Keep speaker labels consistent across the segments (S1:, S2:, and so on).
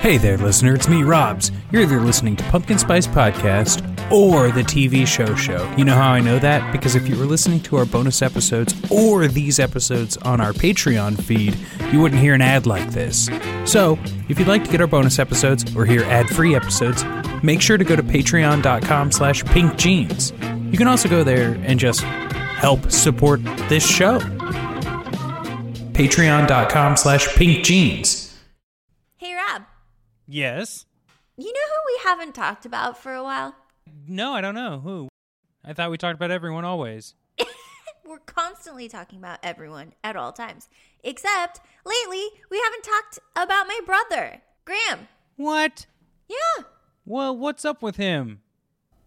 S1: Hey there, listener. It's me, Robs. You're either listening to Pumpkin Spice Podcast or the TV show show. You know how I know that? Because if you were listening to our bonus episodes or these episodes on our Patreon feed, you wouldn't hear an ad like this. So, if you'd like to get our bonus episodes or hear ad-free episodes, make sure to go to patreon.com slash pinkjeans. You can also go there and just help support this show. Patreon.com slash pinkjeans.
S2: Hey, Rob,
S1: Yes.
S2: you know who we haven't talked about for a while?
S1: No, I don't know who. I thought we talked about everyone always.
S2: Eh, We're constantly talking about everyone at all times, except lately we haven't talked about my brother, Graham.
S1: What?
S2: Yeah.
S1: Well, what's up with him?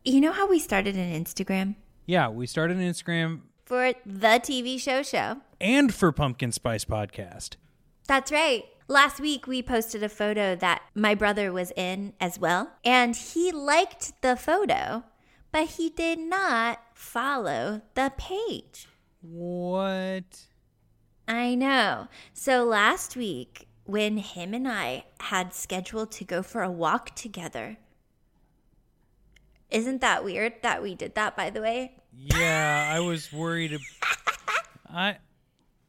S2: You know how we started an Instagram
S1: Yeah, we started an Instagram
S2: for the TV show show?
S1: and for Pumpkin Spice Podcast.
S2: That's right. Last week we posted a photo that my brother was in as well, and he liked the photo, but he did not follow the page.
S1: What?
S2: I know. So last week, when him and I had scheduled to go for a walk together, isn't that weird that we did that, by the way?
S1: Yeah, I was worried. Ab- I.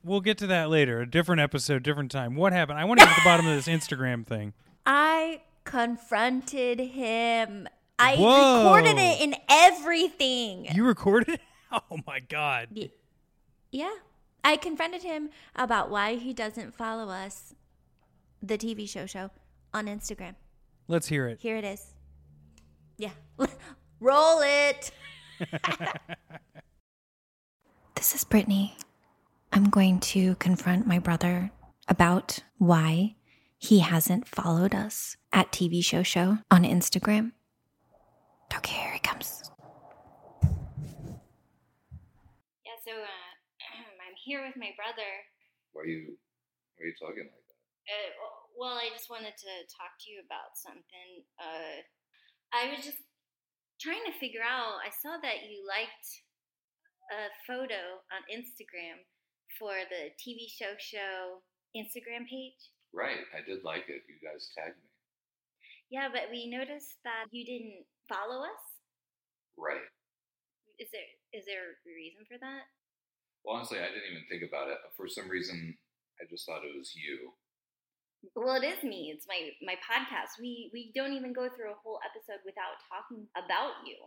S1: We'll get to that later. A different episode, different time. What happened? I want to get to the bottom of this Instagram thing.
S2: I confronted him. I
S1: Whoa.
S2: recorded it in everything.
S1: You recorded? it? Oh my god.
S2: yeah. I confronted him about why he doesn't follow us, the TV show show, on Instagram.
S1: Let's hear it.
S2: Here it is. Yeah. Roll it. this is Brittany. I'm going to confront my brother about why he hasn't followed us at TV Show Show on Instagram. Okay, here he comes.
S3: Yeah, so uh, I'm here with my brother.
S4: Why you why are you talking like that?
S3: Uh, well, I just wanted to talk to you about something. Uh, I was just trying to figure out. I saw that you liked a photo on Instagram for the TV show show Instagram page.
S4: Right, I did like it. You guys tagged me.
S3: Yeah, but we noticed that you didn't follow us.
S4: Right.
S3: Is there is there a reason for that?
S4: Well, honestly, I didn't even think about it. For some reason, I just thought it was you.
S3: Well, it is me. It's my my podcast. We we don't even go through a whole episode without talking about you.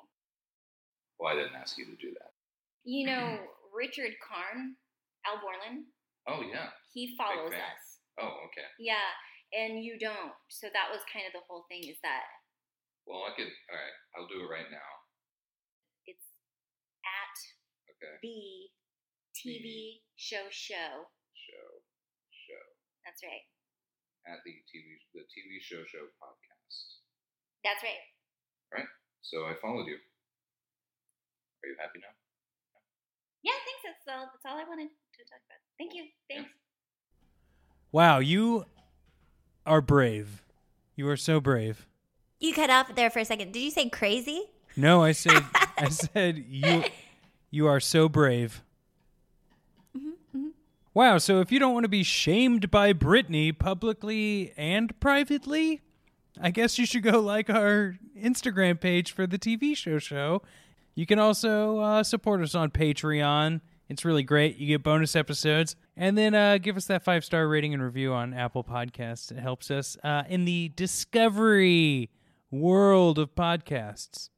S4: Well, I didn't ask you to do that.
S3: You know, Richard Karn, Al Borland,
S4: Oh yeah.
S3: he follows
S4: fan.
S3: us.
S4: Oh okay.
S3: Yeah, and you don't. So that was kind of the whole thing is that
S4: Well, I could. All right, I'll do it right now.
S3: it's at
S4: Okay.
S3: the TV show show.
S4: Show, show
S3: That's right.
S4: at the TV the TV show show podcast.
S3: That's right.
S4: So I followed you. Are you happy now?
S3: Yeah, thanks. That's all. That's all I wanted to talk about. Thank you. Thanks.
S1: Wow, you are brave. You are so brave.
S2: You cut off there for a second. Did you say crazy?
S1: No, I said I said you you are so brave. Wow, so if you don't want to be shamed by Brittany publicly and privately, I guess you should go like our Instagram page for the TV show show. You can also uh, support us on Patreon. It's really great. You get bonus episodes. And then uh, give us that five star rating and review on Apple Podcasts. It helps us uh, in the discovery world of podcasts.